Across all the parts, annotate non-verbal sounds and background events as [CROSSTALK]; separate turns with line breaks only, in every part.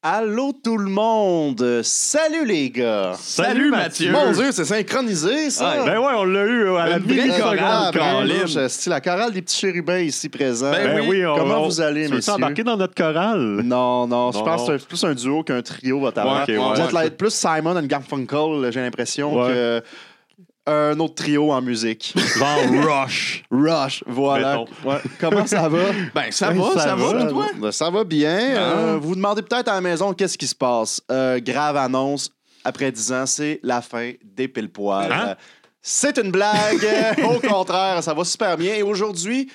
Allô tout le monde! Salut les gars!
Salut, Mathieu!
Mon Dieu, c'est synchronisé ça!
Ah, ben ouais, on l'a eu à la
Une vraie chorale,
milliseconde, Caroline.
ben, je- c'est la chorale des petits chérubins ici présents.
Ben oui, on,
Comment
on-
vous allez,
tu veux
messieurs?
embarquer dans notre chorale?
Non, non, je
Non,
pense
non.
que c'est plus un duo qu'un trio, votre affaire.
ok, ouais,
Vous êtes
ouais.
là- plus Simon and Garfunkel, j'ai l'impression,
Ouais.
que un autre trio en
[LAUGHS]
musique.
Genre Rush.
Rush, voilà.
Mettons.
Ouais. Comment ça va?
Ben, ça
Ben,
va, ça,
ça
va,
va. Ah.
puis toi?
Ben, ça va bien. Euh, vous vous demandez peut-être à la maison qu'est-ce qui se passe. Euh, grave annonce, après 10 ans, c'est la fin des pile poils.
Hein?
C'est une blague. [LAUGHS] Au contraire, ça va super bien. Et aujourd'hui,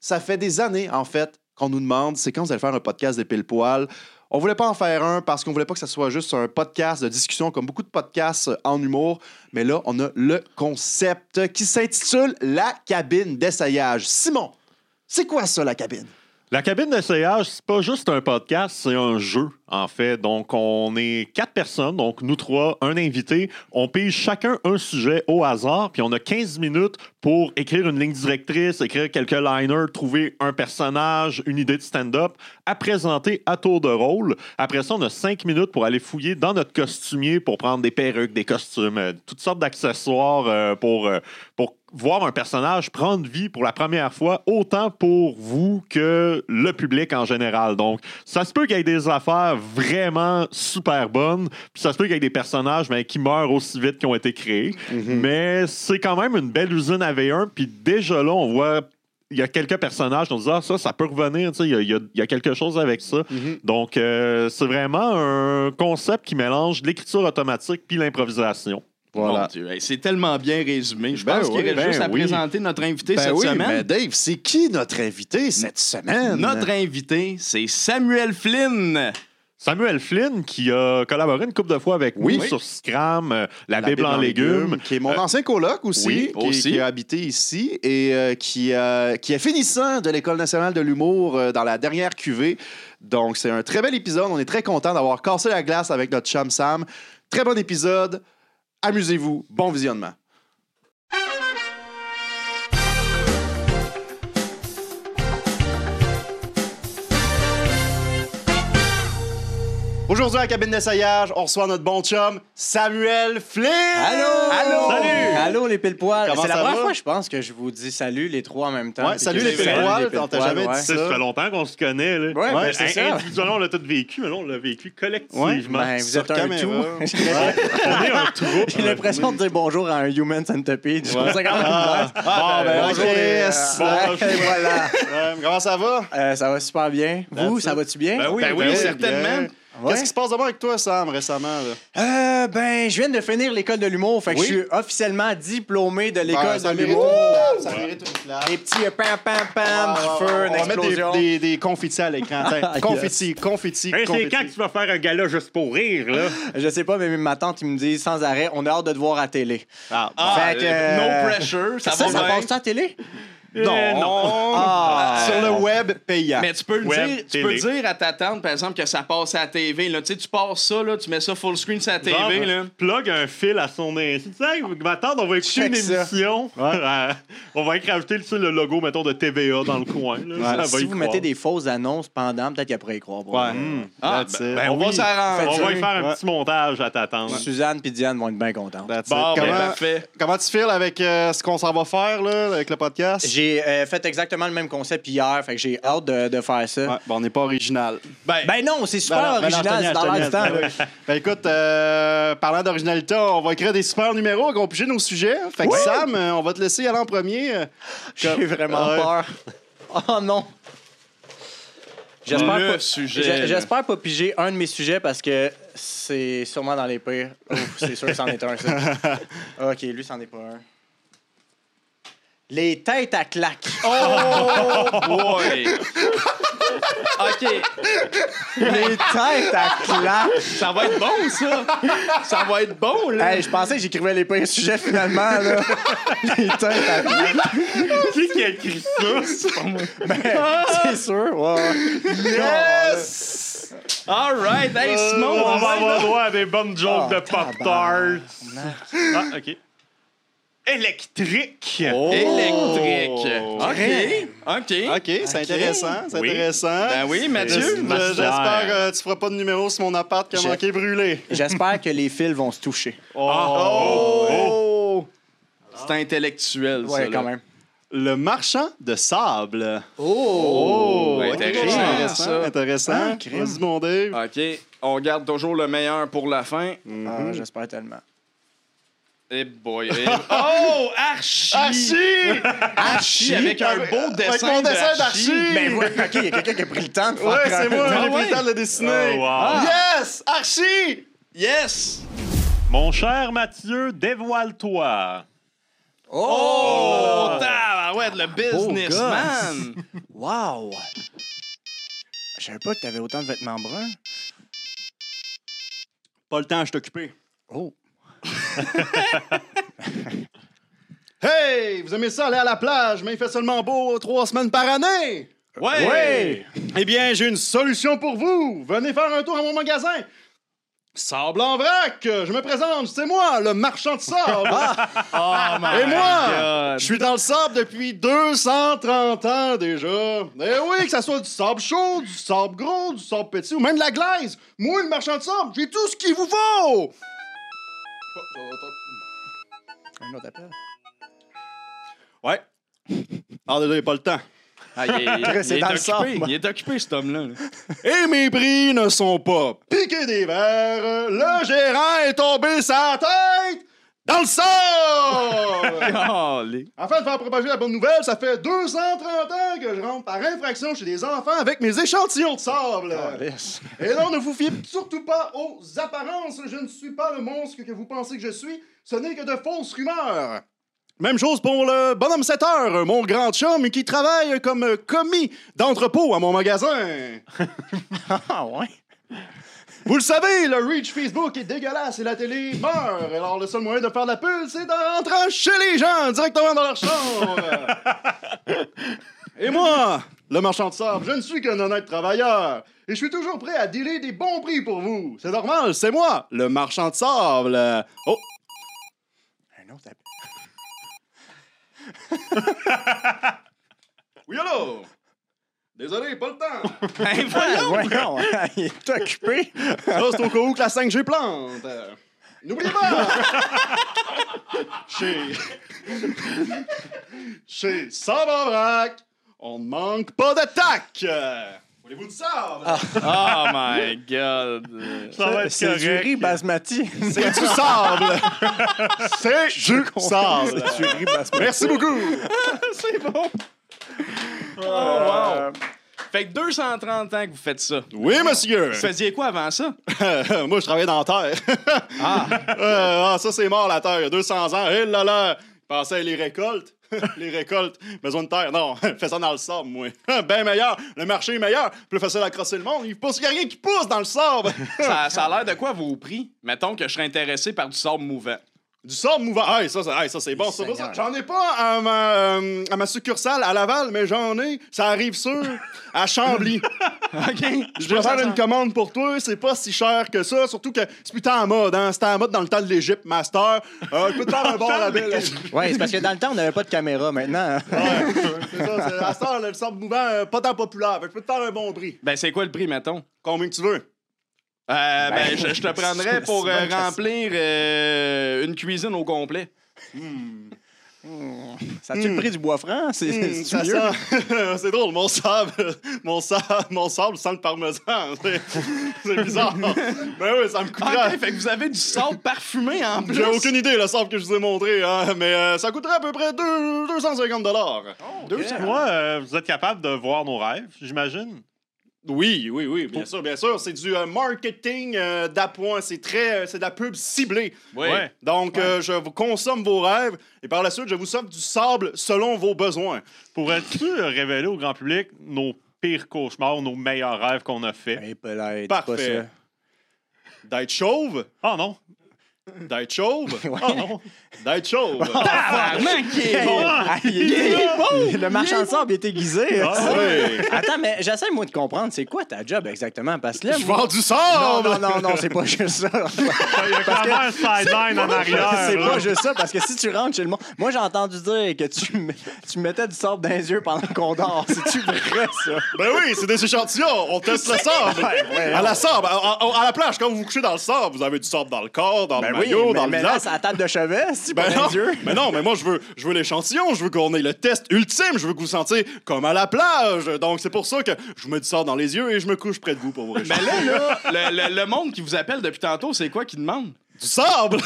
ça fait des années, en fait, qu'on nous demande c'est quand vous allez faire un podcast des pile poils. On voulait pas en faire un parce qu'on voulait pas que ça soit juste un podcast de discussion comme beaucoup de podcasts euh, en humour. Mais là, on a le concept qui s'intitule La cabine d'essayage. Simon, c'est quoi ça, la cabine?
La cabine d'essayage, c'est pas juste un podcast, c'est un jeu, en fait. Donc, on est quatre personnes, donc nous trois, un invité. On pige chacun un sujet au hasard, puis on a 15 minutes pour écrire une ligne directrice, écrire quelques liners, trouver un personnage, une idée de stand-up, à présenter à tour de rôle. Après ça, on a cinq minutes pour aller fouiller dans notre costumier pour prendre des perruques, des costumes, euh, toutes sortes d'accessoires euh, pour, euh, pour voir un personnage prendre vie pour la première fois, autant pour vous que le public en général. Donc, ça se peut qu'il y ait des affaires vraiment super bonnes, puis ça se peut qu'il y ait des personnages ben, qui meurent aussi vite qu'ils ont été créés.
Mm. Mm-hmm.
Mais c'est quand même une belle usine à V1, puis déjà là, on voit. Il y a quelques personnages qui ont dit Ah, ça, ça peut revenir, tu sais, il y, a- il y a- il y a quelque chose avec ça.
Mm-hmm.
Donc, euh, c'est vraiment un concept qui mélange l'écriture automatique puis l'improvisation.
Mon Dieu, hey, c'est tellement bien résumé. Je
Ben
pense
oui,
qu'il reste
ben
juste à
oui.
présenter notre invité
Ben
cette
oui, mais
semaine.
Dave, c'est qui notre invité cette semaine?
Notre invité, c'est Samuel Flynn.
Samuel Flynn, qui a collaboré une couple de fois avec
Oui.
nous sur Scram, euh, la,
La
Bible en légumes.
qui est mon
Euh,
ancien coloc aussi,
oui,
qui,
aussi.
qui a habité ici et euh, qui, euh, qui est finissant de l'École nationale de l'humour euh, dans la dernière cuvée. Donc, c'est un très bel épisode. On est très content d'avoir cassé la glace avec notre chum Sam. Très bon épisode. Amusez-vous. Bon visionnement. Aujourd'hui, à la cabine d'essayage, on reçoit notre bon chum, Samuel Flynn!
Allô!
Oh!
Allô!
Salut!
Allô les pile poils!
Comment
C'est la
ça
première
va?
fois, je pense, que je vous dis salut les trois en même temps.
Ouais,
puis
salut
que
les
je-
pile
salut
poils,
les pile
on t'a
poils,
jamais dit
tu sais, ça fait longtemps qu'on se connaît. Là.
Ouais, ben, c'est ça.
Individuellement, on l'a tous vécu, mais là, on l'a vécu collectivement.
Ben, vous
Sur
êtes un
caméra.
[LAUGHS] tout.
on est un troupe.
[LAUGHS] J'ai l'impression de dire bonjour à un human
[LAUGHS]
centipede. Je trouve ça quand même nice.
Ah, ben,
Bonjour,
ok,
les-
yes.
Ouais,
Bonjour.
voilà.
[LAUGHS] Euh, comment ça va?
Euh, ça va super bien. Vous, ça va-tu bien?
Ben oui,
Ben oui,
ben oui.
certainement.
bien.
Ouais.
Qu'est-ce qui se passe d'abord avec toi, Sam, récemment? là?
Euh, ben, je viens de finir l'école de l'humour, fait que
Oui.
je suis officiellement diplômé de
Ben,
l'école
ça
de
mérite
l'humour.
une clap, Ça mérite une clap.
Les petits euh, pam pam pam,
Ah,
du
ouais,
feu,
ouais,
une
on va mettre
explosion.
des, des, des confettis à l'écran. Tiens,
Yes.
confetti, confetti,
Ben, c'est
confetti.
quand que tu vas faire un gala juste pour rire, là?
Je sais pas, mais ma tante, ils me disent sans arrêt, on a hâte de te voir à télé.
Ah, bon.
Ah,
Fait que,
euh,
euh,
No pressure, ça,
Ça,
va
ça
bien.
passe-tu à la télé?
Euh,
non.
Ah.
Sur le web payant.
Ah, Mais tu peux le
Web,
dire, tu peux
télé.
dire à ta tante, par exemple, que ça passe à la TV. Là. Tu sais, tu passes ça, là, tu mets ça full screen sur la
Genre,
TV. Là.
euh, plug un fil à son insu. Tu sais, ma tante, on va écouter
Check
une
ça.
émission. [LAUGHS] Euh, on va y rajouter tu sais, le logo, mettons, de TVA dans le coin. là. Ça va
si
y
vous
croire.
mettez des fausses annonces pendant, peut-être qu'il après y croire. pour
Ouais. Hmm.
vrai.
Ah,
Mm. That's
ben,
it.
ben,
on va
oui.
s'arranger.
On va y
Ouais.
faire un petit montage à ta tante.
Suzanne et Diane vont être bien contentes.
That's it.
Bon, ben,
comment,
parfait.
comment tu files avec euh, ce qu'on s'en va faire là, avec le podcast?
J'ai euh, fait exactement le même concept hier, fait que j'ai hâte de, de faire ça.
Ouais, bon, on n'est pas original.
Ben,
Ben non, c'est super
Ben non, ben non,
original,
je
c'est
te niaise,
dans
je
l'air
te
du temps.
niaise, ben
là.
oui. Ben écoute, euh, parlant d'originalité, on va écrire des super numéros qui vont piger nos sujets. Fait que Sam, euh, on va te laisser aller en premier. Euh,
J'ai vraiment
Ouais.
peur. Oh non! J'espère
Le
pas,
sujet,
j'ai-
là.
j'espère pas piger un de mes sujets parce que c'est sûrement dans les pires. Ouf, c'est sûr que c'en est un, ça. ok, lui, c'en est pas un. Les têtes à claques.
Oh, boy. OK,
Les têtes à claques.
ça va être bon, ça. Ça va être bon, là.
Hey, je pensais que j'écrivais les pires sujets finalement, là. Les têtes à claques.
Qui qui a écrit
[LAUGHS]
ça?
C'est sûr, ouais, ouais.
Yes! All right. Hey, Simon,
Oh
on va
on va
Ah,
avoir droit à des bonnes jokes
Ah,
de Pop-Tarts. Ah, OK. électrique.
Oh.
Électrique.
Crème.
OK. OK.
OK, c'est
Ok.
intéressant, c'est
Oui.
intéressant.
Ben oui, Mathieu.
J'es-
Master.
J'espère que tu feras pas de numéro sur mon appart qui a
Je-
manqué brûlé.
J'espère que les fils vont se toucher.
Oh.
Oh!
C'est intellectuel, ça.
Ouais,
là.
quand même.
Le marchand de sable.
Oh!
Ok,
intéressant, Ah, ça.
Intéressant.
Ah, crime.
Vas-y, mon Dave.
OK. On garde toujours le meilleur pour la fin.
Ah, J'espère tellement.
Eh boy. eh-
Ah!
Oh, Archie!
Archie!
Archie avec un beau dessin.
Avec mon dessin
d'Archie.
d'Archie!
Ben ouais, ok, il y a quelqu'un qui a pris le temps de faire.
Ouais, c'est moi,
Ah
j'ai pris
ouais?
le temps de le dessiner.
Oh, wow.
Yes! Archie!
Yes!
Mon cher Mathieu, dévoile-toi.
Oh,
Oh!
tabarouette, le businessman!
[LAUGHS] Wow! Je savais pas que t'avais autant de vêtements bruns.
Pas le temps, je suis occupé.
Oh!
Hey! Vous aimez ça aller à la plage, mais il fait seulement beau trois semaines par année!
Ouais!
Eh bien, j'ai une solution pour vous. Venez faire un tour à mon magasin. Sable en vrac, je me présente, c'est moi, le marchand de sable.
Oh, my
Et moi,
God.
je suis dans le sable depuis 230 ans déjà. Eh oui, que ça soit du sable chaud, du sable gros, du sable petit ou même de la glaise. Moi, le marchand de sable, j'ai tout ce qu'il vous faut.
Un autre appel.
Ouais. Ah, déjà, il a pas le temps.
Ah, il est, il
C'est
est
dans le
occupé.
sable.
Il est occupé, cet
[LAUGHS]
homme-là. là.
Et mes prix ne sont pas piqués des verres. Le gérant est tombé sa tête dans le
[LAUGHS]
sable.
Oh, les-
Afin de faire propager la bonne nouvelle, ça fait 230 ans que je rentre par infraction chez des enfants avec mes échantillons de sable. Et non, ne vous fiez surtout pas aux apparences. Je ne suis pas le monstre que vous pensez que je suis. Ce n'est que de fausses rumeurs. Même chose pour le bonhomme 7 heures, mon grand chum qui travaille comme commis d'entrepôt à mon magasin.
Ah ouais?
Vous le savez, le reach Facebook est dégueulasse et la télé meurt. Alors, le seul moyen de faire de la pub, c'est d'en rentrer chez les gens, directement dans leur chambre. et moi, le marchand de sable, je ne suis qu'un honnête travailleur. Et je suis toujours prêt à dealer des bons prix pour vous. C'est normal, c'est moi, le marchand de sable. Oh,
Un autre appel.
oui, allô? Désolé, pas le temps.
Hey,
Ah,
voyons!
voyons, il est occupé.
Ça, c'est au cas où que la 5G plante. Euh, N'oubliez [LAUGHS] pas! chez... chez Sabavrac, on ne manque pas Ah, d'attaque! Euh, Voulez-vous du sable?
Oh, my God!
Ça va être
C'est du riz
correct.
basmati.
C'est du sable!
[LAUGHS]
c'est du sable!
C'est du riz basmati.
Merci beaucoup!
C'est bon!
Oh,
Euh,
Fait que 230 ans que vous faites ça.
Oui, monsieur!
Vous faisiez quoi avant ça?
[LAUGHS] Moi, je travaillais dans la terre.
Ah!
[LAUGHS] Euh, ah, ça, c'est mort, la terre, il y a 200 ans. Hé là là! Pensez les récoltes. [LAUGHS] les récoltes, besoin de terre. Non, [LAUGHS] fais ça dans le sable, moi. [LAUGHS] ben meilleur. Le marché est meilleur. Plus facile à crosser le monde. Il pousse, il y a rien qui pousse dans le sable.
Ça, ça a l'air de quoi vos prix? Mettons que je serais intéressé par du sable mouvant.
du sable mouvant. Hey, ça, ça, hey, ça c'est bon. ça,
Seigneur.
ça. J'en ai pas à ma, euh, à ma succursale à Laval, mais j'en ai. Ça arrive sûr à Chambly.
OK.
Je vais faire une commande pour toi, c'est pas si cher que ça, surtout que c'est putain en mode, hein? C'était en mode dans le temps de l'Égypte, master. Euh, tu peux te faire un bon rabais. là.
Ouais, c'est parce que dans le temps, on n'avait pas de caméra maintenant. [LAUGHS] hein.
Ouais, c'est ça, c'est- à ce temps, le sable mouvant, euh, pas tant populaire. Fait que je peux te faire un bon prix.
Ben, c'est quoi le prix, mettons?
Combien que tu veux?
Euh, ben, je, je
[LAUGHS]
te prendrais pour euh,
C'est une bonne
remplir euh, une cuisine au complet.
Ça a-tu le prix du bois franc? C'est
Hmm,
c'est
ça
mieux.
sent- [LAUGHS] c'est drôle, mon sable, mon sable, mon sable sent le parmesan. [LAUGHS] C'est, c'est bizarre. Mais oui, ça me coûterait.
OK, fait que vous avez du sable parfumé en plus.
Ah, J'ai aucune idée, le sable que je vous ai montré, hein, mais euh, ça coûterait à peu près deux- 250 dollars.
Deux mois, euh, vous êtes capable de voir nos rêves, j'imagine.
Oui, oui, oui, bien sûr, bien sûr. C'est du euh, marketing euh, d'appoint. C'est très, euh, c'est de la pub ciblée.
Oui.
Ouais.
Donc, euh, je vous consomme vos rêves et par la suite, je vous sors du sable selon vos besoins.
Pourrais-tu euh, révéler au grand public nos pires cauchemars, nos meilleurs rêves qu'on a fait?
Eh, pas là, dis pas
Parfait.
ça.
D'être chauve,
Ah non!
D'être chauve?
Ah non.
D'être chauve!
Tabarnak, il est bon! [LAUGHS] Ah, il est- il est bon! Le marchand de sable est aiguisé.
Ah oui!
Attends, mais j'essaie, moi, de comprendre, c'est quoi ta job exactement? Parce que là,
Je
moi-
vends du
Non,
sable!
non, non, non, c'est pas juste ça.
Il y a quand même un sideline en arrière.
[LAUGHS] C'est
là.
pas juste ça, parce que si tu rentres chez le monde. Moi, j'ai entendu dire que tu, me- tu mettais du sable dans les yeux pendant qu'on dort. C'est-tu vrai, ça?
Ben oui, c'est des échantillons, on teste le
[LAUGHS]
sable. à la sable, à, à- à la plage, quand vous vous couchez dans le sable, vous avez du sable dans le corps, dans le maillot,
mais,
Ben dans le
Ben mais là,
visage.
c'est à la table de chevet, si, pas
[LAUGHS] Ben
dans les
non,
yeux.
mais non, mais moi je veux, je veux l'échantillon, je veux qu'on ait le test ultime, je veux que vous sentiez comme à la plage. Donc c'est pour ça que je vous mets du sable dans les yeux et je me couche près de vous pour vous
Mais
réchauffer.
là, Ben là, le, le- le monde qui vous appelle depuis tantôt, c'est quoi qui demande?
Du
[LAUGHS]
sable!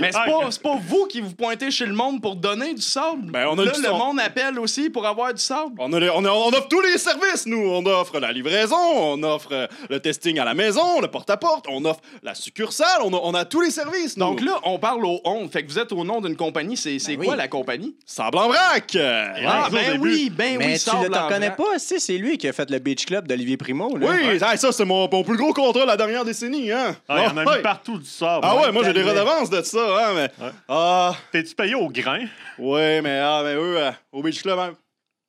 Mais
Ah,
c'est pas, c'est pas vous qui vous pointez chez le monde pour donner du sable.
Ben, on a
là,
du
le
sable. Ah,
monde appelle aussi pour avoir du sable.
On, a les- on a- on offre tous les services, nous. On offre la livraison, on offre euh, le testing à la maison, le porte-à-porte, on offre la succursale, on a, on a tous les services, nous.
Donc là, on parle au on. Fait que vous êtes au nom d'une compagnie. C'est c'est
Ben
quoi
oui.
la compagnie?
sable en vrac! euh,
Ah,
Ah,
ça, au
ben
début.
oui, ben
Mais
oui,
tu
sable
le t'en
en
connais
vrac.
pas, si, c'est lui qui a fait le Beach Club d'Olivier Primo. Là.
Oui, hey, ça c'est mon, mon plus gros contrat de la dernière décennie, hein.
Ah, il y en a
Ah,
mis
ouais.
partout du sable.
Ah ouais, moi j'ai des
tellement.
redevances de ça, hein, mais ah
T'es-tu payé au grain?
ouais, mais ah mais eux euh, au beach club hein,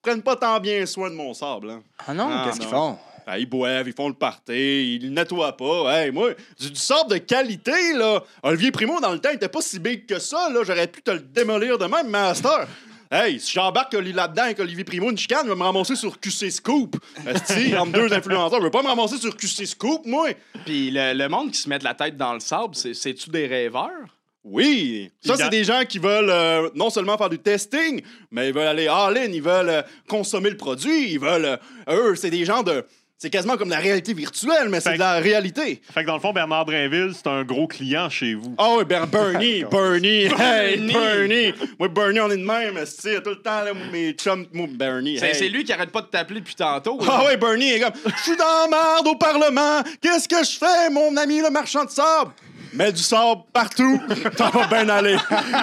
prennent pas tant bien soin de mon sable. Hein.
Ah non,
Ah,
qu'est-ce qu'ils
non.
[LAUGHS]
font?
Ah, ils boivent, ils font le party, ils nettoient pas. Hey, moi, du, du sable de qualité là. Olivier Primo dans le temps il était pas si big que ça là, j'aurais pu te le démolir de même, master. Hey, si j'embarque Oli- là-dedans avec Olivier Primo, une chicane, je vais me ramasser sur QC Scoop. Esti, entre deux influenceurs, je veux pas me ramasser sur QC Scoop, moi.
Puis le, le monde qui se met la tête dans le sable, c'est- c'est-tu des rêveurs?
Oui! Ça,
Évident.
c'est des gens qui veulent euh, non seulement faire du testing, mais ils veulent aller all-in, ils veulent euh, consommer le produit, ils veulent. euh, eux, c'est des gens de. C'est quasiment comme la réalité virtuelle, mais
Fait-
c'est de la réalité.
Fait que dans le fond, Bernard Drinville, c'est un gros client chez vous.
Oh, oui, ben [LAUGHS] Bernie, Bernie, hey, Bernie! Moi, Bernie, on est de même, c'est tout le temps, là, mes chums, moi, Bernie.
C'est
hey.
c'est lui qui arrête pas de t'appeler depuis tantôt.
Ah ouais, Bernie est comme Je suis dans la merde au Parlement, qu'est-ce que je fais, mon ami le marchand de sable? Mets du sable partout, [LAUGHS] t'en vas bien aller.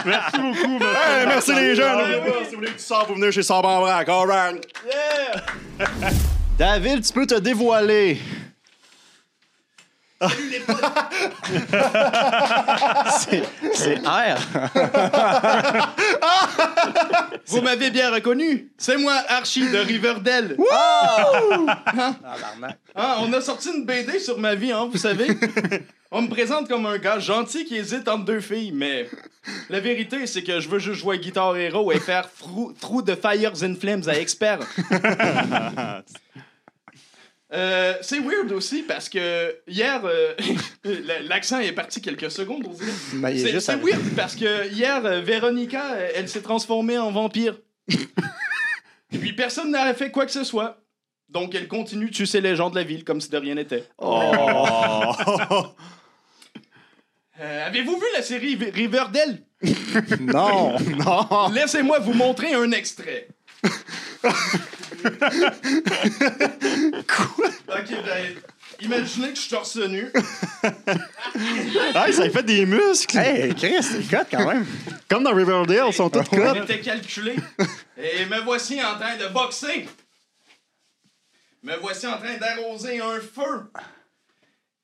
Merci beaucoup, monsieur.
Hey, merci les jeunes.
Ah,
N'oubliez pas, Si vous voulez du sable, vous venez chez Sable en vrac. All right. [LAUGHS]
David, tu peux te dévoiler.
C'est- C'est [LAUGHS] R.
Vous m'avez bien reconnu. C'est moi, Archie de Riverdale. Hein? Ah, on a sorti une BD sur ma vie, hein, vous savez. on me présente comme un gars gentil qui hésite entre deux filles, mais la vérité, c'est que je veux juste jouer Guitar Hero et faire frou- trou de Fires and Flames à expert. Euh, c'est weird aussi parce que hier, euh, [LAUGHS] l'accent est parti quelques secondes, on dirait.
Ben, il est
C'est
juste
c'est
à-
weird parce que hier, euh, Véronica, euh, elle s'est transformée en
[LAUGHS]
vampire. Et puis personne n'a fait quoi que ce soit. Donc elle continue de sucer les gens de la ville comme si de rien n'était.
Oh.
[LAUGHS] Euh, Avez-vous vu la série Riv- Riverdale
Non.
[LAUGHS] Laissez-moi vous montrer un
[LAUGHS]
extrait. Quoi Ok, ben, imaginez que je suis torse nu.
Hey, ça fait des muscles.
hey, Chris, c'est cut quand même.
Comme dans Riverdale, ils sont tous
On
cotes.
était calculé. Et me voici en train de boxer. Me voici en train d'arroser un feu.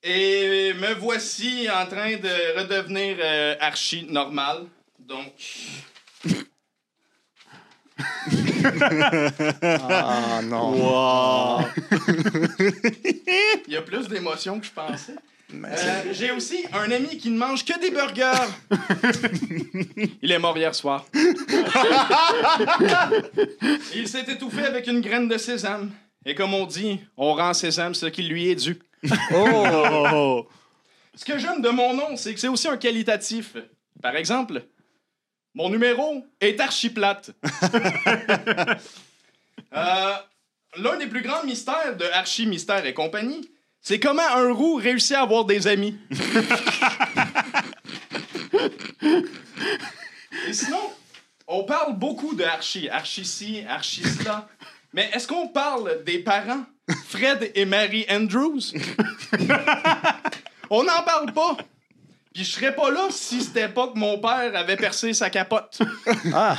Et me voici en train de redevenir euh, archi normal. Donc.
Ah non.
Il y a plus d'émotions que je pensais. Euh, J'ai aussi un ami qui ne mange que des
[LAUGHS]
burgers. Il est mort hier soir. Il s'est étouffé avec une graine de sésame. Et comme on dit, on rend sésame ce qui lui est dû.
Oh.
Ce que j'aime de mon nom, c'est que c'est aussi un qualitatif. Par exemple, mon numéro est archiplate. [LAUGHS] Euh, L'un des plus grands mystères de Archie Mystère et compagnie, c'est comment un roux réussit à avoir des amis. et sinon, on parle beaucoup de Archie, Archie-ci, Archie-là. Mais est-ce qu'on parle des parents, Fred et Mary Andrews? On n'en parle pas. Puis je serais pas là si c'était pas que mon père avait percé sa
[LAUGHS]
capote.
Ah.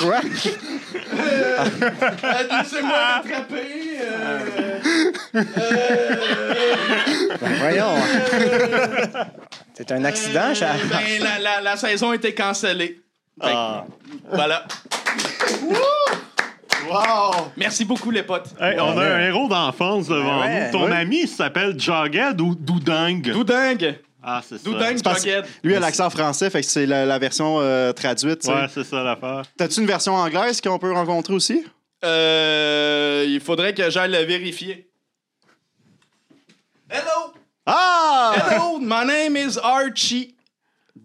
Quoi?
Ah,
Euh, Laissez-moi l'attraper. euh, euh, [LAUGHS]
Voyons. C'est un accident, Charles.
Euh, ben, la, la- la saison a été cancellée. Fait que,
Ah.
Voilà.
Wow!
Merci beaucoup, les potes.
[LAUGHS] Hey, on a
Ouais.
un héros d'enfance devant
Ouais, ouais.
nous. Ton
Ouais.
ami s'appelle Jughead ou Doudang.
Doudingue.
ah, c'est ça.
Doudingue,
parce-
Jughead.
Lui a l'accent français, fait que c'est la, la version euh, traduite. tu sais.
Ouais, c'est ça l'affaire.
T'as-tu une version anglaise qu'on peut rencontrer aussi?
Euh, il faudrait que j'aille le vérifier. Hello!
Ah!
Hello, my name is Archie.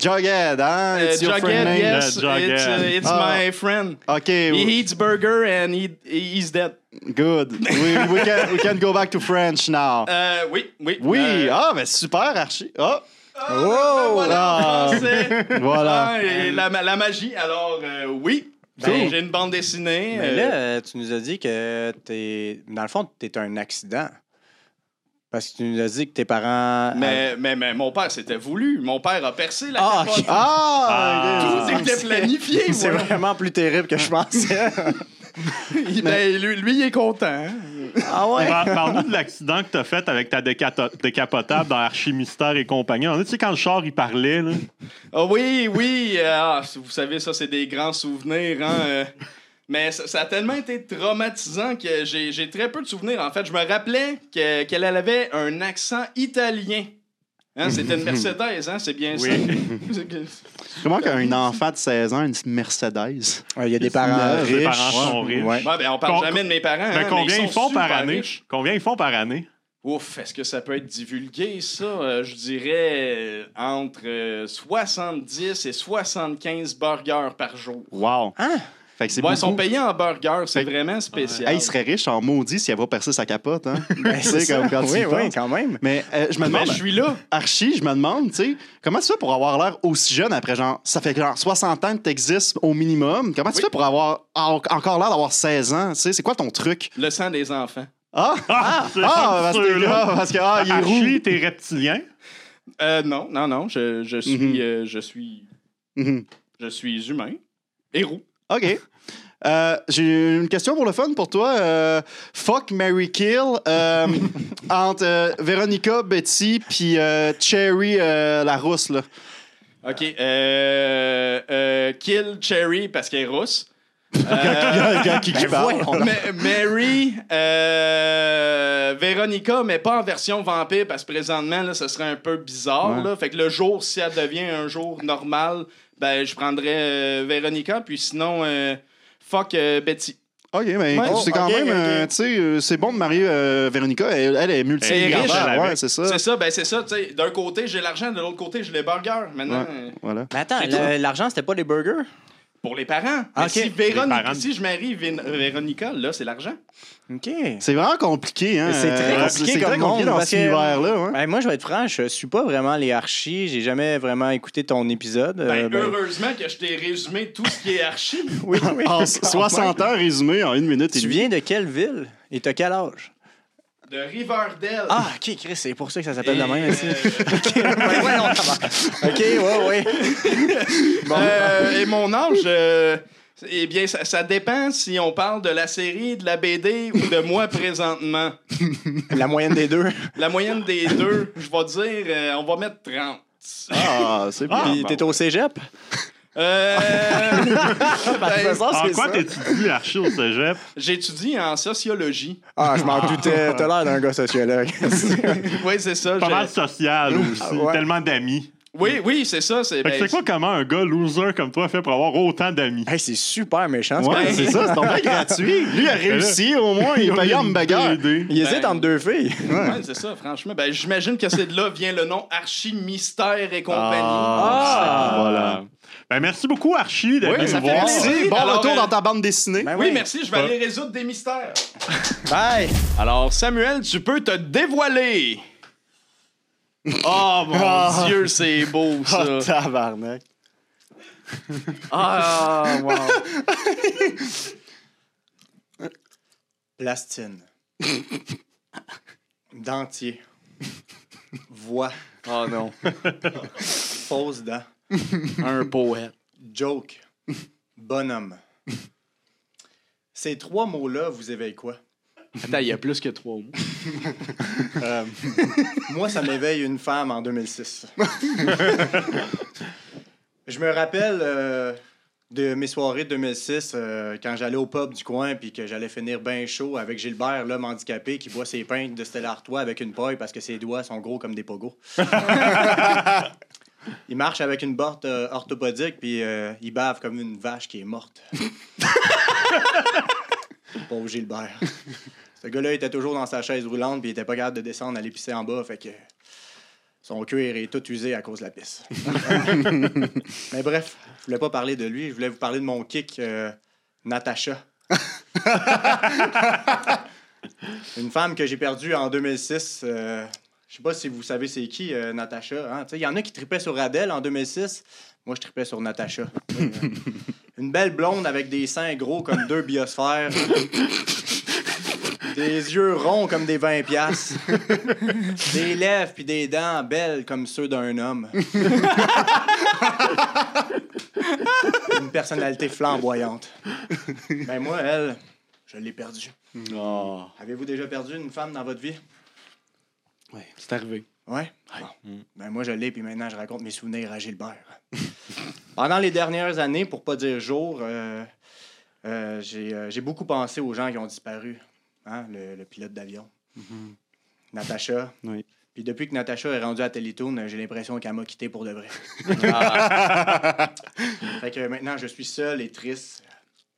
Jughead, hein?
Uh,
It's your friend
Jughead,
name.
yes,
Yeah, Jughead.
it's, uh, it's
Ah.
my friend.
OK,
He eats burger and he, he's dead.
good. We, we, can, we can go back to French now.
Euh, oui, oui.
oui,
Euh,
ah, ben super, Archie. Ah,
ben voilà,
Ah.
en français.
[LAUGHS] voilà.
Ah, et la, ma- la magie, alors euh, oui.
Ben,
J'ai une bande dessinée.
Mais
euh,
là, euh, tu nous as dit que t'es. Dans le fond, t'es un accident. Parce que tu nous as dit que tes parents.
euh,
mais, mais, mais mon père, c'était voulu. Mon père a percé la
Ah,
capote.
ok.
Ah!
Tout était planifié.
[LAUGHS] C'est
voilà.
vraiment plus terrible que je pensais.
Il- ben, lui, lui, il est content. hein.
ah ouais?
Par- Parle-nous de l'accident que t'as fait avec ta décato- décapotable dans Archimystère et compagnie. On a, tu sais, quand le char, il parlait, là.
Ah oui, oui. euh, ah, vous savez, ça, c'est des grands souvenirs. hein, euh, mais ça, ça a tellement été traumatisant que j'ai j'ai très peu de souvenirs. En fait, je me rappelais que- qu'elle avait un accent italien. Hein, C'était une Mercedes, hein, c'est bien ça. [LAUGHS]
Comment qu'un enfant de 16 ans, une Mercedes?
Il y a des parents riches.
Les parents sont riches.
Ouais.
Ouais, ben, on parle
Con-
jamais de mes parents. hein,
Ben,
mais
combien
sont
ils, font par
super
année?
riches.
Combien ils font par année?
Ouf, est-ce que ça peut être divulgué, ça? Euh, je dirais euh, entre euh, 70 et 75 burgers par jour.
Wow.
Hein?
Fait que c'est
Ouais, ils sont
beaucoup.
payés en burgers, c'est
Fait-
vraiment spécial.
Hey, il serait riche en maudit s'il avait pas percé sa capote, hein?
[LAUGHS] Ben,
Tu sais,
ça.
comme quand tu
oui,
y
oui,
penses.
quand même.
Mais euh, je me
Mais
demande,
je suis là.
Archie, je me demande, tu sais, comment tu fais pour avoir l'air aussi jeune après, genre, ça fait genre 60 ans que t'existes au minimum. Comment tu fais pour avoir en- encore l'air d'avoir 16 ans, tu sais? C'est quoi ton truc?
Le sang des enfants.
Ah!
Ah, c'est
Ah, parce que,
sûr-là.
ah, parce que, ah, il est roux.
Archie, t'es reptilien.
Euh, non, non, non, je, je suis,
Mhm.
euh, je suis,
Mhm.
je suis humain et roux.
OK. Euh, J'ai une question pour le fun pour toi. Euh, fuck Mary Kill [LAUGHS] euh, entre euh, Véronica, Betty, puis euh, Cherry, euh, la rousse, [LAUGHS] là.
Ok, euh, euh, kill Cherry parce qu'elle est rousse. Euh,
Le gars [LAUGHS] qui, qui parle.
Ma- Mary, euh, Véronica, mais pas en version vampire, parce que présentement, là, ce serait un peu bizarre.
Ouais.
là. Fait que le jour, si elle devient un jour normal, ben, je prendrais euh, Véronica, puis sinon, euh, fuck euh, Betty.
OK, mais
Ouais.
c'est
Oh,
quand
ok,
même,
ok.
euh, tu sais, euh, c'est bon de marier euh, Véronica. Elle, elle est multi
Elle est riche,
elle
Ouais,
avec.
c'est ça.
C'est ça, ben c'est ça, tu sais. D'un côté, j'ai l'argent, de l'autre côté, j'ai les burgers. Maintenant,
Ouais.
euh,
Voilà.
Mais attends,
C'est
le-
tout.
l'argent, c'était pas les burgers?
pour les parents. Mais
Ah, Ok.
si, Véronique-
Les parents.
si je marie Vén- Véronica, là, c'est l'argent.
OK.
C'est vraiment compliqué, hein?
Mais c'est très
euh,
compliqué
C'est très
comme
compliqué
monde,
dans
parce
cet
que-
univers-là, hein. ouais.
Ben, moi, je vais être franc, je suis pas vraiment les archis. J'ai jamais vraiment écouté ton épisode.
Ben,
euh, ben-
heureusement que je t'ai résumé tout ce qui est archi.
[LAUGHS] Oui, oui. [LAUGHS]
En 60 ans résumé en une minute et
Tu
demie.
viens de quelle ville? Et t'as quel âge?
de Riverdale.
Ah, OK, Chris, c'est pour ça que ça
Et,
s'appelle de [LAUGHS] même ici.
euh,
OK, ouais, ouais, non, ça va. OK, ouais, ouais.
Euh, et mon âge, euh, eh bien, ça, ça dépend si on parle de la série, de la BD ou de moi présentement.
La moyenne des deux.
La moyenne des deux, je vais dire, euh, on va mettre 30.
Ah, c'est bien.
Puis t'es au cégep?
Euh,
[LAUGHS]
ben,
Ah,
En quoi t'étudies Archie au cégep?
J'étudie en sociologie. [LAUGHS]
Ah, je m'en doutais. T'as l'air d'un gars sociologue.
Oui, c'est ça.
Pas
j'ai-
mal social aussi.
Ah, ouais.
Tellement d'amis.
Oui, oui, c'est ça. C'est
Fait que
ben,
c'est quoi comment un gars loser comme toi fait pour avoir autant d'amis?
hey, c'est super méchant. ce
Ouais,
gars.
c'est ça, c'est
[LAUGHS]
donc bien gratuit. Lui, il a réussi, au moins, il est payé en bagarre.
BD.
Il hésite
Ben-
entre deux filles.
Ouais, c'est ça, franchement. Ben, J'imagine que c'est de là vient le nom Archimystère et compagnie.
Ah, voilà.
Ben, merci beaucoup, Archie, d'être
Oui,
venu
ça
nous
fait
voir.
plaisir.
Merci. Bon
Alors,
retour
euh,
dans ta bande dessinée.
Ah
Ben
Oui,
ouais.
merci, je vais aller résoudre des mystères.
Bye!
Alors, Samuel, tu peux te
[LAUGHS]
dévoiler. Oh mon
Ah.
Dieu, c'est beau ça.
tabarnak.
Ah, wow.
Plastine. Dentier. Voix.
Oh non,
Fausse dent.
un poète.
Joke. Bonhomme. Ces trois mots-là vous éveillent quoi?
Attends, il y a plus que trois mots.
Moi, ça m'éveille une femme en 2006. je me rappelle euh, de mes soirées de 2006, euh, quand j'allais au pub du coin puis que j'allais finir bien chaud avec Gilbert, l'homme handicapé, qui boit ses pintes de Stella Artois avec une paille parce que ses doigts sont gros comme des pogos. il marche avec une botte euh, orthopédique puis euh, il bave comme une vache qui est morte. Pauvre Gilbert. Ce gars-là était toujours dans sa chaise roulante puis il était pas capable de descendre à l'épicer en bas, fait que son cuir est tout usé à cause de la pisse. Mais bref, je voulais pas parler de lui, je voulais vous parler de mon kick euh, Natacha. Une femme que j'ai perdue en 2006. euh, je sais pas si vous savez c'est qui, euh, Natacha. hein. Tu sais, Il y en a qui tripaient sur Adèle en 2006. Moi, je tripais sur Natacha. Euh, Une belle blonde avec des seins gros comme deux biosphères. Des yeux ronds comme des 20 piastres. [LAUGHS] Des lèvres puis des dents belles comme ceux d'un homme. Une personnalité flamboyante. Ben moi, elle, je l'ai perdue.
Non.
Avez-vous déjà perdu une femme dans votre vie?
Ouais, c'est arrivé.
Ouais? Bon. Ben moi, je l'ai, puis maintenant, je raconte mes souvenirs
[LAUGHS]
à Gilbert. Pendant les dernières années, pour pas dire jour, euh, euh, j'ai euh, j'ai beaucoup pensé aux gens qui ont disparu. Hein, le, le pilote d'avion. Natacha.
Mm-hmm. Oui.
Puis depuis que Natacha est rendue à Télétoon, j'ai l'impression qu'elle m'a quitté pour de vrai.
Ah.
[LAUGHS] fait que maintenant, je suis seul et triste.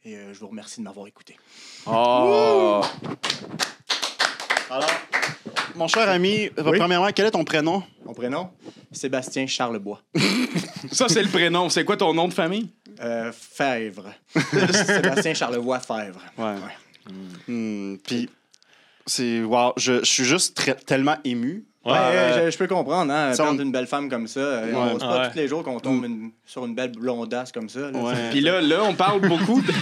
Et euh, je vous remercie de m'avoir écouté.
Oh!
Alors, mon cher ami, euh, premièrement, quel est ton prénom?
Mon prénom? Sébastien Charlebois.
Ça, c'est le prénom. C'est quoi ton nom de famille?
Euh,
[LAUGHS]
Fèvre. Sébastien Charlevoix Fèvre.
Ouais. Hmm, Puis, c'est. Wow, je, je suis juste très- tellement ému.
Ouais,
euh,
je, je peux comprendre, hein,
ça,
perdre
on-
une belle femme comme ça. euh,
Ouais. Mm.
on se pas
Ouais.
tous les jours qu'on tombe une- sur une belle blondasse comme ça. là.
Ouais.
Puis là, là, on parle beaucoup de,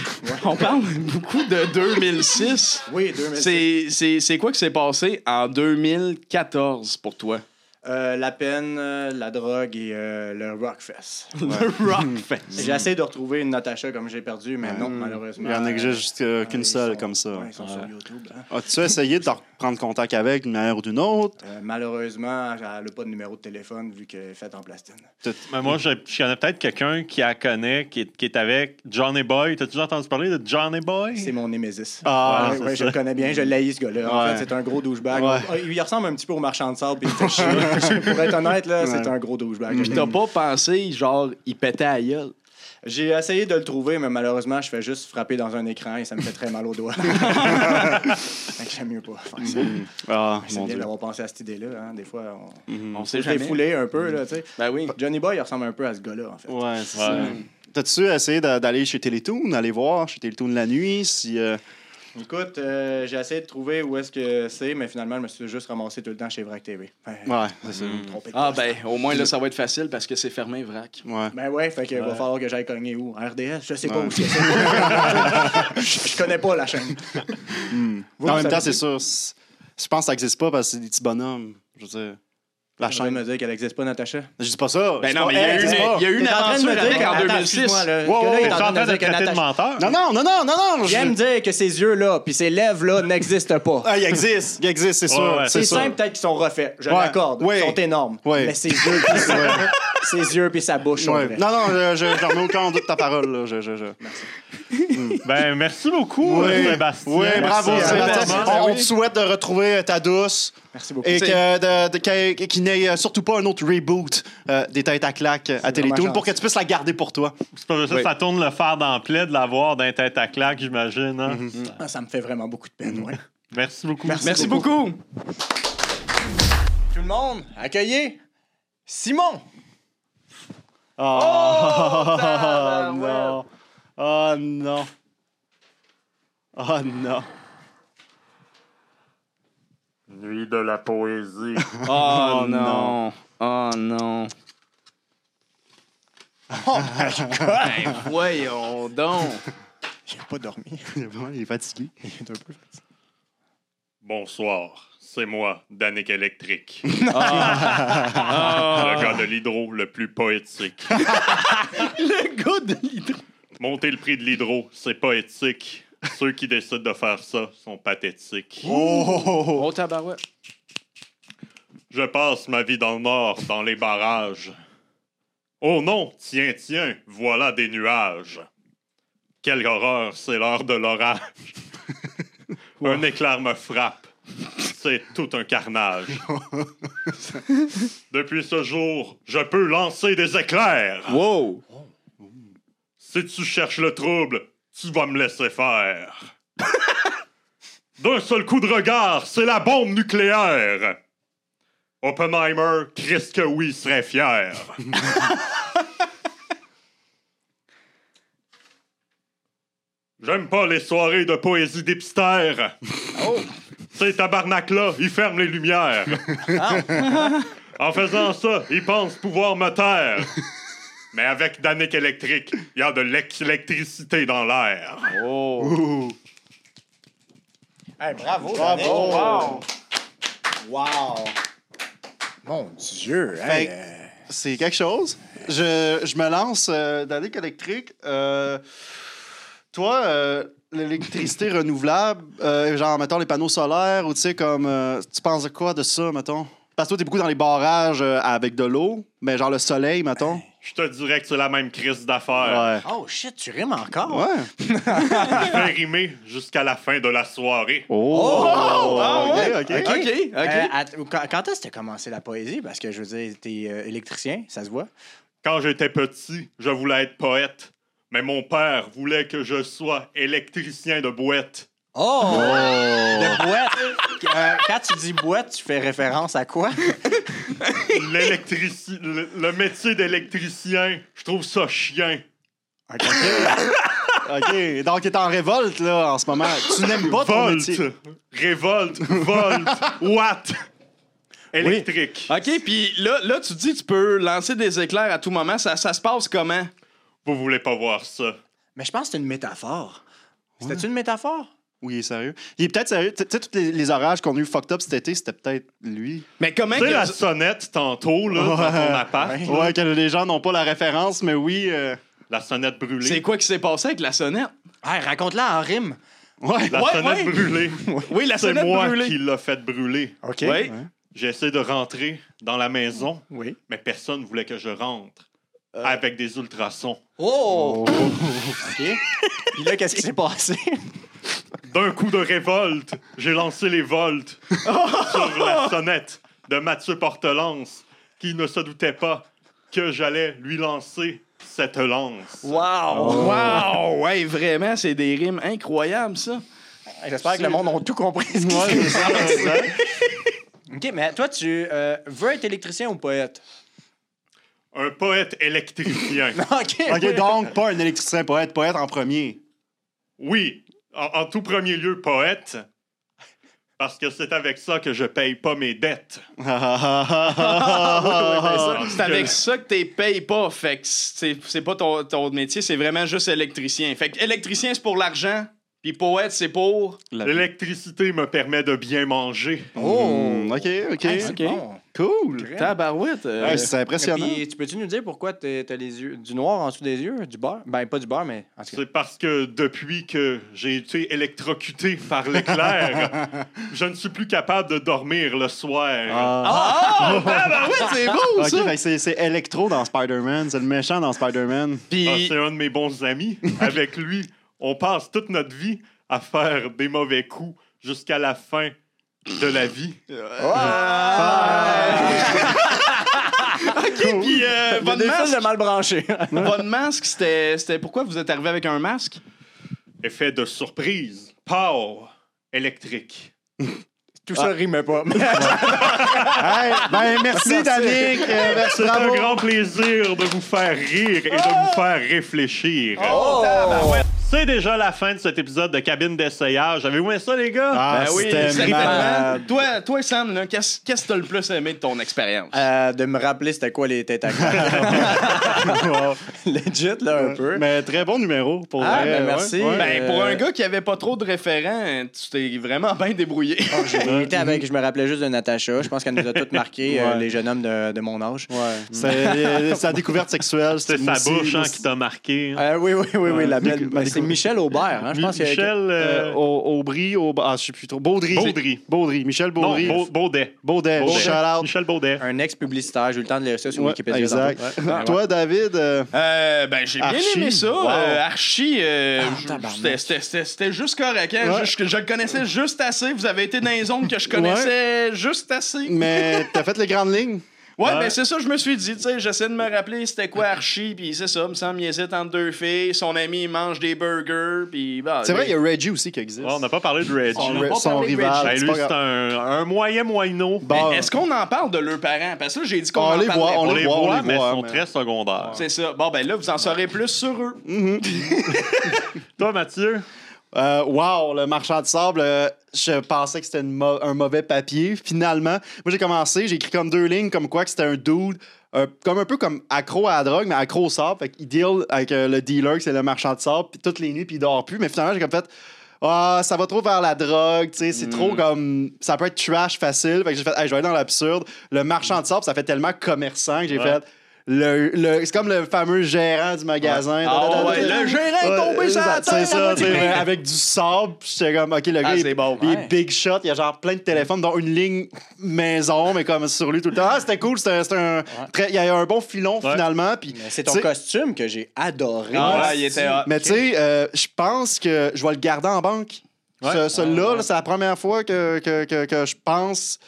on parle beaucoup de 2006.
Oui, deux mille-
C'est, c'est, c'est quoi qui s'est passé en 2014 pour toi?
Euh, la peine, euh, la drogue et euh, le rockfest.
[LAUGHS]
Mm.
Le Rockfest.
J'ai essayé de retrouver une Natacha comme j'ai perdu, mais non,
Mm. Il
malheureusement.
y en a que j'ai
euh,
juste euh, qu'une
ils
seule
sont-
comme ça.
ouais, ils sont sur YouTube. hein.
As-tu essayé de prendre contact avec d'une manière ou d'une autre?
Euh, malheureusement, elle n'a pas de numéro de téléphone vu qu'elle est faite en plastine.
Mais Ben, moi, je, je connais peut-être quelqu'un qui la connaît, qui est, qui est avec Johnny Boy. T'as toujours entendu parler de Johnny Boy?
C'est mon némésis.
Ah,
Ouais,
c'est
ouais, je
ça.
le connais bien, je l'ai ce gars-là. En
Ouais.
fait, c'est un gros douchebag.
Ouais.
Ah, Il ressemble un petit peu au marchand de sable, puis
[LAUGHS]
il fait chier. Pour être honnête, là, c'est un gros douchebag.
Mm.
Je l'ai-
T'as pas pensé, genre, il pétait à gueule?
J'ai essayé de le trouver, mais malheureusement, je fais juste frapper dans un écran et ça me fait très mal au
[LAUGHS]
doigt. Fait que j'aime mieux pas faire ça.
Ah,
C'est
mon
bien
Dieu. Mhm.
d'avoir pensé à cette idée-là. hein. Des fois, on
On
s'est défoulé un peu, là, tu sais.
Ben oui.
Johnny Boy, il ressemble un peu à ce gars-là, en fait.
Ouais, c'est
Ouais.
ça. T'as-tu essayé d'a- d'aller chez Télétoon, aller voir chez Télétoon la nuit, si... euh,
Écoute, euh, j'ai essayé de trouver où est-ce que c'est, mais finalement, je me suis juste ramassé tout le temps chez Vrac TV. Ouais.
Ouais, Mhm. c'est ça.
Trompé de
Ah
poste.
ben, au moins là, ça va être facile parce que c'est fermé, vrac.
Ouais.
Ben ouais, fait que va falloir que j'aille cogner où? À RDS? Je sais pas
Ouais.
où c'est. [LAUGHS] je je connais pas la chaîne. Vous,
Hmm.
vous
en même temps,
savez-
c'est sûr. c'est- Je pense que ça n'existe pas parce que c'est des petits bonhommes. Je veux dire, la
Je suis en train de
chaîne...
me dire qu'elle n'existe pas, Natacha.
Je dis pas ça. je
Ben
dis
non, mais
pas,
il y a
elle,
eu
je dis
une-
pas.
il y a eu une
T'es en train de me
aventure
dire
avec
que-
en
attends,
2006.
excuse-moi, là.
Wow,
Que là, il
wow,
est
T'es
en
en train de
dire que
traiter de
Natacha-
menteur?
Non, non, non, non, non, non. je-
Il aime dire que ces yeux-là puis ces lèvres-là n'existent pas.
Ah, il existe. Il existe, c'est
Ouais,
sûr.
ouais.
C'est
sûr.
simple, peut-être qu'ils sont refaits. Je
Ouais.
l'accorde.
Oui.
Ils sont énormes.
Oui.
Mais ses yeux puis sa, [LAUGHS] ses yeux puis sa bouche sont
Ouais.
vrais.
Non, non, je, je, je remets aucun en doute ta parole. Là. Je, je, je.
Ben, merci beaucoup, euh,
Oui.
Sébastien.
Oui, bravo,
Merci
Sébastien.
énormément.
On, on te souhaite de retrouver ta douce
Merci beaucoup.
et
C'est-
que de- de- qu'elle- qu'il n'y ait surtout pas un autre reboot euh, des têtes à claque à Télétoon
vraiment
pour que tu puisses la garder pour toi.
C'est pas ça,
Oui.
ça tourne le fer dans le plaid, de l'avoir d'un tête à claque, j'imagine. hein?
Ah, Ça me fait vraiment beaucoup de
Mhm.
peine, ouais.
Merci beaucoup.
Merci beaucoup.
Tout le monde, accueillez Simon! ben,
[LAUGHS] Oh non. Oh non. Oh non.
Nuit de la poésie.
Oh non.
Oh non. Ben, [LAUGHS] voyons donc.
J'ai pas dormi.
Il est vraiment- il est fatigué.
Bonsoir, c'est moi, Danick Electric,
[LAUGHS] Ah.
le gars de l'hydro le plus poétique.
[LAUGHS] le gars de l'hydro.
Monter le prix de l'hydro, c'est poétique.
Ceux qui décident de faire ça sont pathétiques.
Oh, tabarouette.
Je passe ma vie dans le nord, dans les barrages. Oh non, tiens, tiens, voilà des nuages. Quelle horreur, c'est l'heure de l'orage. un éclair me frappe. C'est tout un carnage. Depuis ce jour, je peux lancer des éclairs.
Wow!
Si tu cherches le trouble, tu vas me laisser faire. D'un seul coup de regard, c'est la bombe nucléaire. Oppenheimer, Christ que oui, serait fier. J'aime pas les soirées de poésie d'hipster.
Oh.
Ces tabarnak-là, ils ferment les lumières.
Ah.
en faisant ça, ils pensent pouvoir me taire. Mais avec Danick électrique, il y a de l'électricité dans l'air.
Hey, bravo,
Oh, wow.
Wow! Mon Dieu!
Fait-
hey, euh,
C'est quelque chose. Je, je me lance euh, dans l'électrique. Euh, toi, euh, l'électricité renouvelable, euh, genre, mettons, les panneaux solaires, ou tu sais, comme. euh, tu penses à quoi de ça, mettons? Parce que toi, t'es beaucoup dans les barrages euh, avec de l'eau, mais genre le soleil, mettons.
Je te dirais que c'est la même crise d'affaires.
Ouais. Ah
Oh shit, tu rimes encore?
Ouais.
Je vais rimer jusqu'à la fin de la soirée.
Oh!
ah ouais.
Ok, ok.
OK, OK.
Euh, att- quand quand est-ce que t'as commencé la poésie? Parce que je veux dire, t'es euh, électricien, ça se voit.
Quand j'étais petit, je voulais être poète. Mais mon père voulait que je sois électricien de
[LAUGHS]
boîte.
Oh! De boîte! Euh, quand tu dis boîte, tu fais référence à quoi?
L'électrici... le, le métier d'électricien, je trouve ça chien.
Ok.
OK. Donc, t'es en révolte, là, en ce moment. Tu n'aimes pas ton métier.
Volt, révolte, volt,
[LAUGHS]
watt, électrique.
OK, puis là, là, tu dis tu peux lancer des éclairs à tout moment. Ça, ça se passe comment?
Vous voulez pas voir
Hein,
ça?
Mais je pense que c'est une métaphore. C'était-tu une métaphore?
Oui, il est sérieux. Il est peut-être sérieux. Tu tu sais, tous les, les orages qu'on a eu fucked up cet été, c'était peut-être lui.
Mais comment
Tu sais,
que-
la sonnette tantôt, là, dans ton appart, là,
Ouais, que les gens n'ont pas la référence, mais oui. euh,
la sonnette brûlée.
C'est quoi qui s'est passé avec la sonnette?
Hey, raconte-la en rime.
Ouais.
La
Ouais,
sonnette
ouais.
brûlée.
[LAUGHS] Oui, la
C'est
sonnette
moi
brûlée.
qui l'a fait brûler.
OK.
Oui.
J'essaie de rentrer dans la maison,
Oui.
mais personne voulait que je rentre
Euh.
avec des ultrasons.
Oh! OK. Puis là, qu'est-ce qui s'est passé?
D'un coup de révolte, j'ai lancé les volts
[LAUGHS]
sur la sonnette de Mathieu Portelance, qui ne se doutait pas que j'allais lui lancer cette lance.
Wow! Wow! Ouais, vraiment, c'est des rimes incroyables, ça.
J'espère que le monde a tout compris ce qui s'est passé. OK, mais toi, tu euh, veux être électricien ou poète?
Un poète
[LAUGHS]
électricien.
OK.
OK, donc, pas un électricien poète, poète en [LAUGHS] premier.
Oui, en, en tout premier lieu, poète. Parce que c'est avec ça que je paye pas mes dettes. Ah,
C'est avec ça que t'es payes pas. Fait que c'est c'est pas ton, ton métier, c'est vraiment juste électricien. Fait que électricien, c'est pour l'argent. Puis poète, c'est pour.
L'électricité me permet de bien manger.
Oh!
Hmm, OK, OK.
Hey, c'est
Ok.
bon.
Cool.
Tabarouette. euh,
Ouais, c'est impressionnant.
Puis, tu peux-tu nous dire pourquoi t'es- t'as les yeux du noir en dessous des yeux? Du beurre? Ben, pas du beurre, mais en tout cas.
C'est parce que depuis que j'ai été électrocuté par l'éclair, je ne suis plus capable de dormir le soir.
Ah! Tabarouette, c'est beau,
[LAUGHS] OK,
ça!
fait que c'est- c'est Electro dans Spider-Man. C'est le méchant dans Spider-Man.
Ah,
Puis.
c'est un de mes bons amis.
[LAUGHS]
Avec lui, on passe toute notre vie à faire des mauvais coups jusqu'à la fin de la
[LAUGHS]
vie.
OK, puis euh,
Il y a
votre,
Ah! des fils
masque,
de mal branché.
votre masque, c'était c'était pourquoi vous êtes arrivé avec un masque?
Effet de surprise. Pow! Électrique.
[LAUGHS] Tout ça rimait pas.
Hey, ben, [LAUGHS] merci, Danick. Euh, merci,
C'est un
bravo.
grand plaisir de vous faire rire et de vous faire réfléchir.
Ah.
Oh,
C'est déjà la fin de cet épisode de Cabine d'essayage. Avez-vous aimé ça, les gars?
Ah,
Ben oui,
euh,
c'était
certainement.
Ah.
malade.
Toi, toi, Sam, là, qu'est-ce qu'est-ce que t'as le plus aimé de ton expérience?
Euh, de me rappeler c'était quoi les têtes à [LAUGHS] colle. Legit, là, un peu.
[LAUGHS] Mais très bon numéro pour
Ah,
vrai,
ben,
ouais.
merci.
Ouais.
Ben,
Euh,
pour un gars qui avait pas trop de référents, tu t'es vraiment bien débrouillé.
J'ai été avec, je me rappelais juste de Natacha. Je pense qu'elle nous a toutes marqué, euh,
Ouais.
les jeunes hommes de, de mon âge.
C'est euh, sa découverte sexuelle.
C'est sa
aussi-
bouche hein, qui t'a marqué.
Euh, oui, oui, oui, oui, la belle.
décou- ma
c'est C'est Michel Aubert, hein? Je pense que-
Michel
Euh,
euh,
Au- Aubry, au, ah, je sais plus trop. Baudry.
Baudry.
c'est- Baudry. Michel
non,
Baudry.
Bau- Baudet.
Baudet.
Baudet.
Shout out.
Michel Baudet.
Un ex-publicitaire, j'ai eu le temps de lire ça sur
Ouais,
Wikipédia.
exact.
tantôt.
Ah, Toi, David, euh,
Euh, ben, j'ai bien
Archie.
aimé ça.
Wow.
Euh, Archie, euh,
Ah,
je-
tabarnak.
c'était- c'était- c'était c'était juste correct. hein.
Ouais.
Je, je- je le connaissais juste assez. Vous avez été dans les zones que je connaissais juste assez.
mais t'as fait les grandes lignes.
Ouais, ben c'est ça, je me suis dit, tu sais, j'essaie de me rappeler c'était quoi Archie, puis c'est ça, me semble, il hésite entre deux filles, son ami, il mange des burgers, puis bah.
C'est vrai, il y a Reggie aussi qui existe.
Ouais, on n'a pas parlé de Reggie.
son,
on a pas
son
parlé de
rival.
Ben,
c'est
lui,
pas
c'est
grave.
un, un moyen moyno.
Bon.
Mais Est-ce qu'on en parle de leurs parents? Parce que là, j'ai dit qu'on
On
en
les
parlait
voit,
pas.
on,
on
les
les
voit,
on les
mais
voit,
ils sont
mais-
très secondaires.
C'est ça. Bon, ben là, vous en saurez plus sur eux.
Toi, Mathieu,
Euh, wow, le marchand de sable, euh, je pensais que c'était une mau- un mauvais papier. Finalement, moi j'ai commencé, j'ai écrit comme deux lignes, comme quoi que c'était un dude, euh, comme un peu comme accro à la drogue, mais accro au sable. Fait qu'il deal avec euh, le dealer, que c'est le marchand de sable, puis toutes les nuits, puis il dort plus. Mais finalement, j'ai comme fait. Ah, ça va trop vers la drogue, tu sais, c'est
Mm.
trop comme. Ça peut être trash facile. Fait que j'ai fait, Hey, je vais aller dans l'absurde. Le marchand de sable, ça fait tellement commerçant que j'ai fait. Le, le- c'est comme le fameux gérant du magasin.
Ah ouais, le gérant est tombé sur la
C'est
tête, la
ça, tu
moitié.
sais, mais avec du sable. puis J'étais comme, OK, le gars,
Ah,
il,
c'est bon,
il
ouais.
est big shot. Il y a genre plein de téléphones, dont une ligne maison, mais comme sur lui tout le temps. Ah, c'était cool. C'était c'était un. très- il y a eu un bon filon finalement. Puis.
Mais C'est ton
tu sais,
costume que j'ai adoré.
Ah ouais, il était hot.
Mais tu sais, euh, je pense que je vais le garder en banque.
Ouais.
Ce- Celui-là, là, c'est la première fois que, que, que, que je pense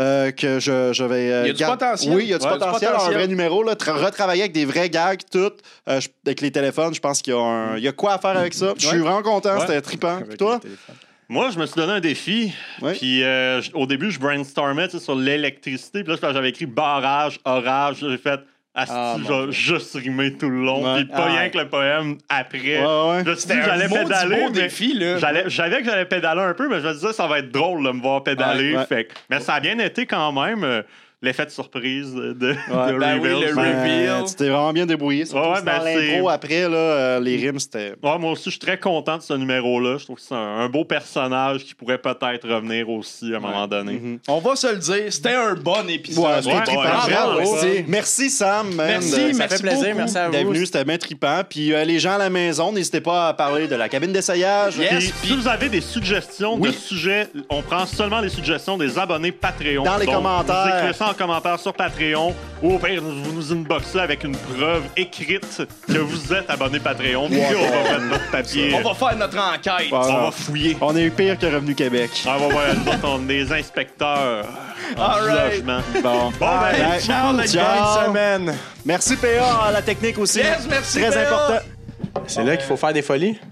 euh, que je, je vais. euh,
Il y a du
garde-
potentiel.
Oui, il y a du
Ouais, du
potentiel.
potentiel.
Un vrai numéro, là, tra- retravailler avec des vrais gags, tout. euh, je- avec les téléphones, je pense qu'il y, a un- il y a quoi à faire avec ça. Je suis vraiment content,
Ouais.
c'était trippant. Puis toi?
moi, je me suis donné un défi.
Ouais.
Puis euh, j- au début, je brainstormais tu sais, sur l'électricité. Puis là, j'avais écrit barrage, orage. J'ai fait. Asti,
Ah, mon
je vais juste rimer tout le long,
Ouais.
puis pas
Ah,
rien
ouais.
que le poème après.
Ouais, ouais.
Je me suis dit,
C'était un
j'allais
maudit
pédaler,
beau
mais
défi, là.
J'allais- J'avais que j'allais pédaler un peu, mais je me disais, ça va être drôle de me voir pédaler.
Ouais, ouais.
Fait que- mais ça a bien été quand même euh, l'effet de surprise de, de
ben oui,
Rebuild.
le
Ben,
reveal.
Euh, tu t'es vraiment bien débrouillé. Surtout
Ouais, ouais,
que dans
ben,
l'intro,
c'est-
après, là, euh, les rimes, c'était.
ouais, moi aussi, je suis très content de ce numéro-là. Je trouve que c'est un, un beau personnage qui pourrait peut-être revenir aussi à un moment donné.
On va se le dire, c'était un bon épisode.
Ouais, c'était
ouais,
trippant.
ouais,
Bravo.
vraiment,
Merci. Merci, Sam. man.
Merci,
Euh,
Ça
merci
fait plaisir,
beaucoup.
merci à vous.
Bienvenue, c'était bien trippant. Puis euh, les gens à la maison, n'hésitez pas à parler de la cabine d'essayage.
Yes.
Puis, si vous avez des suggestions de
Oui.
sujets, on prend seulement les suggestions des abonnés Patreon.
Dans les commentaires.
Vous écrivez ça en commentaire sur Patreon ou au pire, vous vous nous inboxez avec une preuve écrite que vous êtes abonné Patreon. Puis on va mettre notre papier.
On va faire notre enquête.
Ouais.
on va fouiller.
On est pire que Revenu Québec.
Ah, ouais, ouais, nous autres, on est des inspecteurs en
All right.
logement.
Bon.
Bon, ben,
Bye.
ciao, les
Ciao.
Bonne semaine.
Merci, PA, à la technique aussi.
Yes, merci,
Très
PA.
important.
C'est là qu'il faut faire des folies.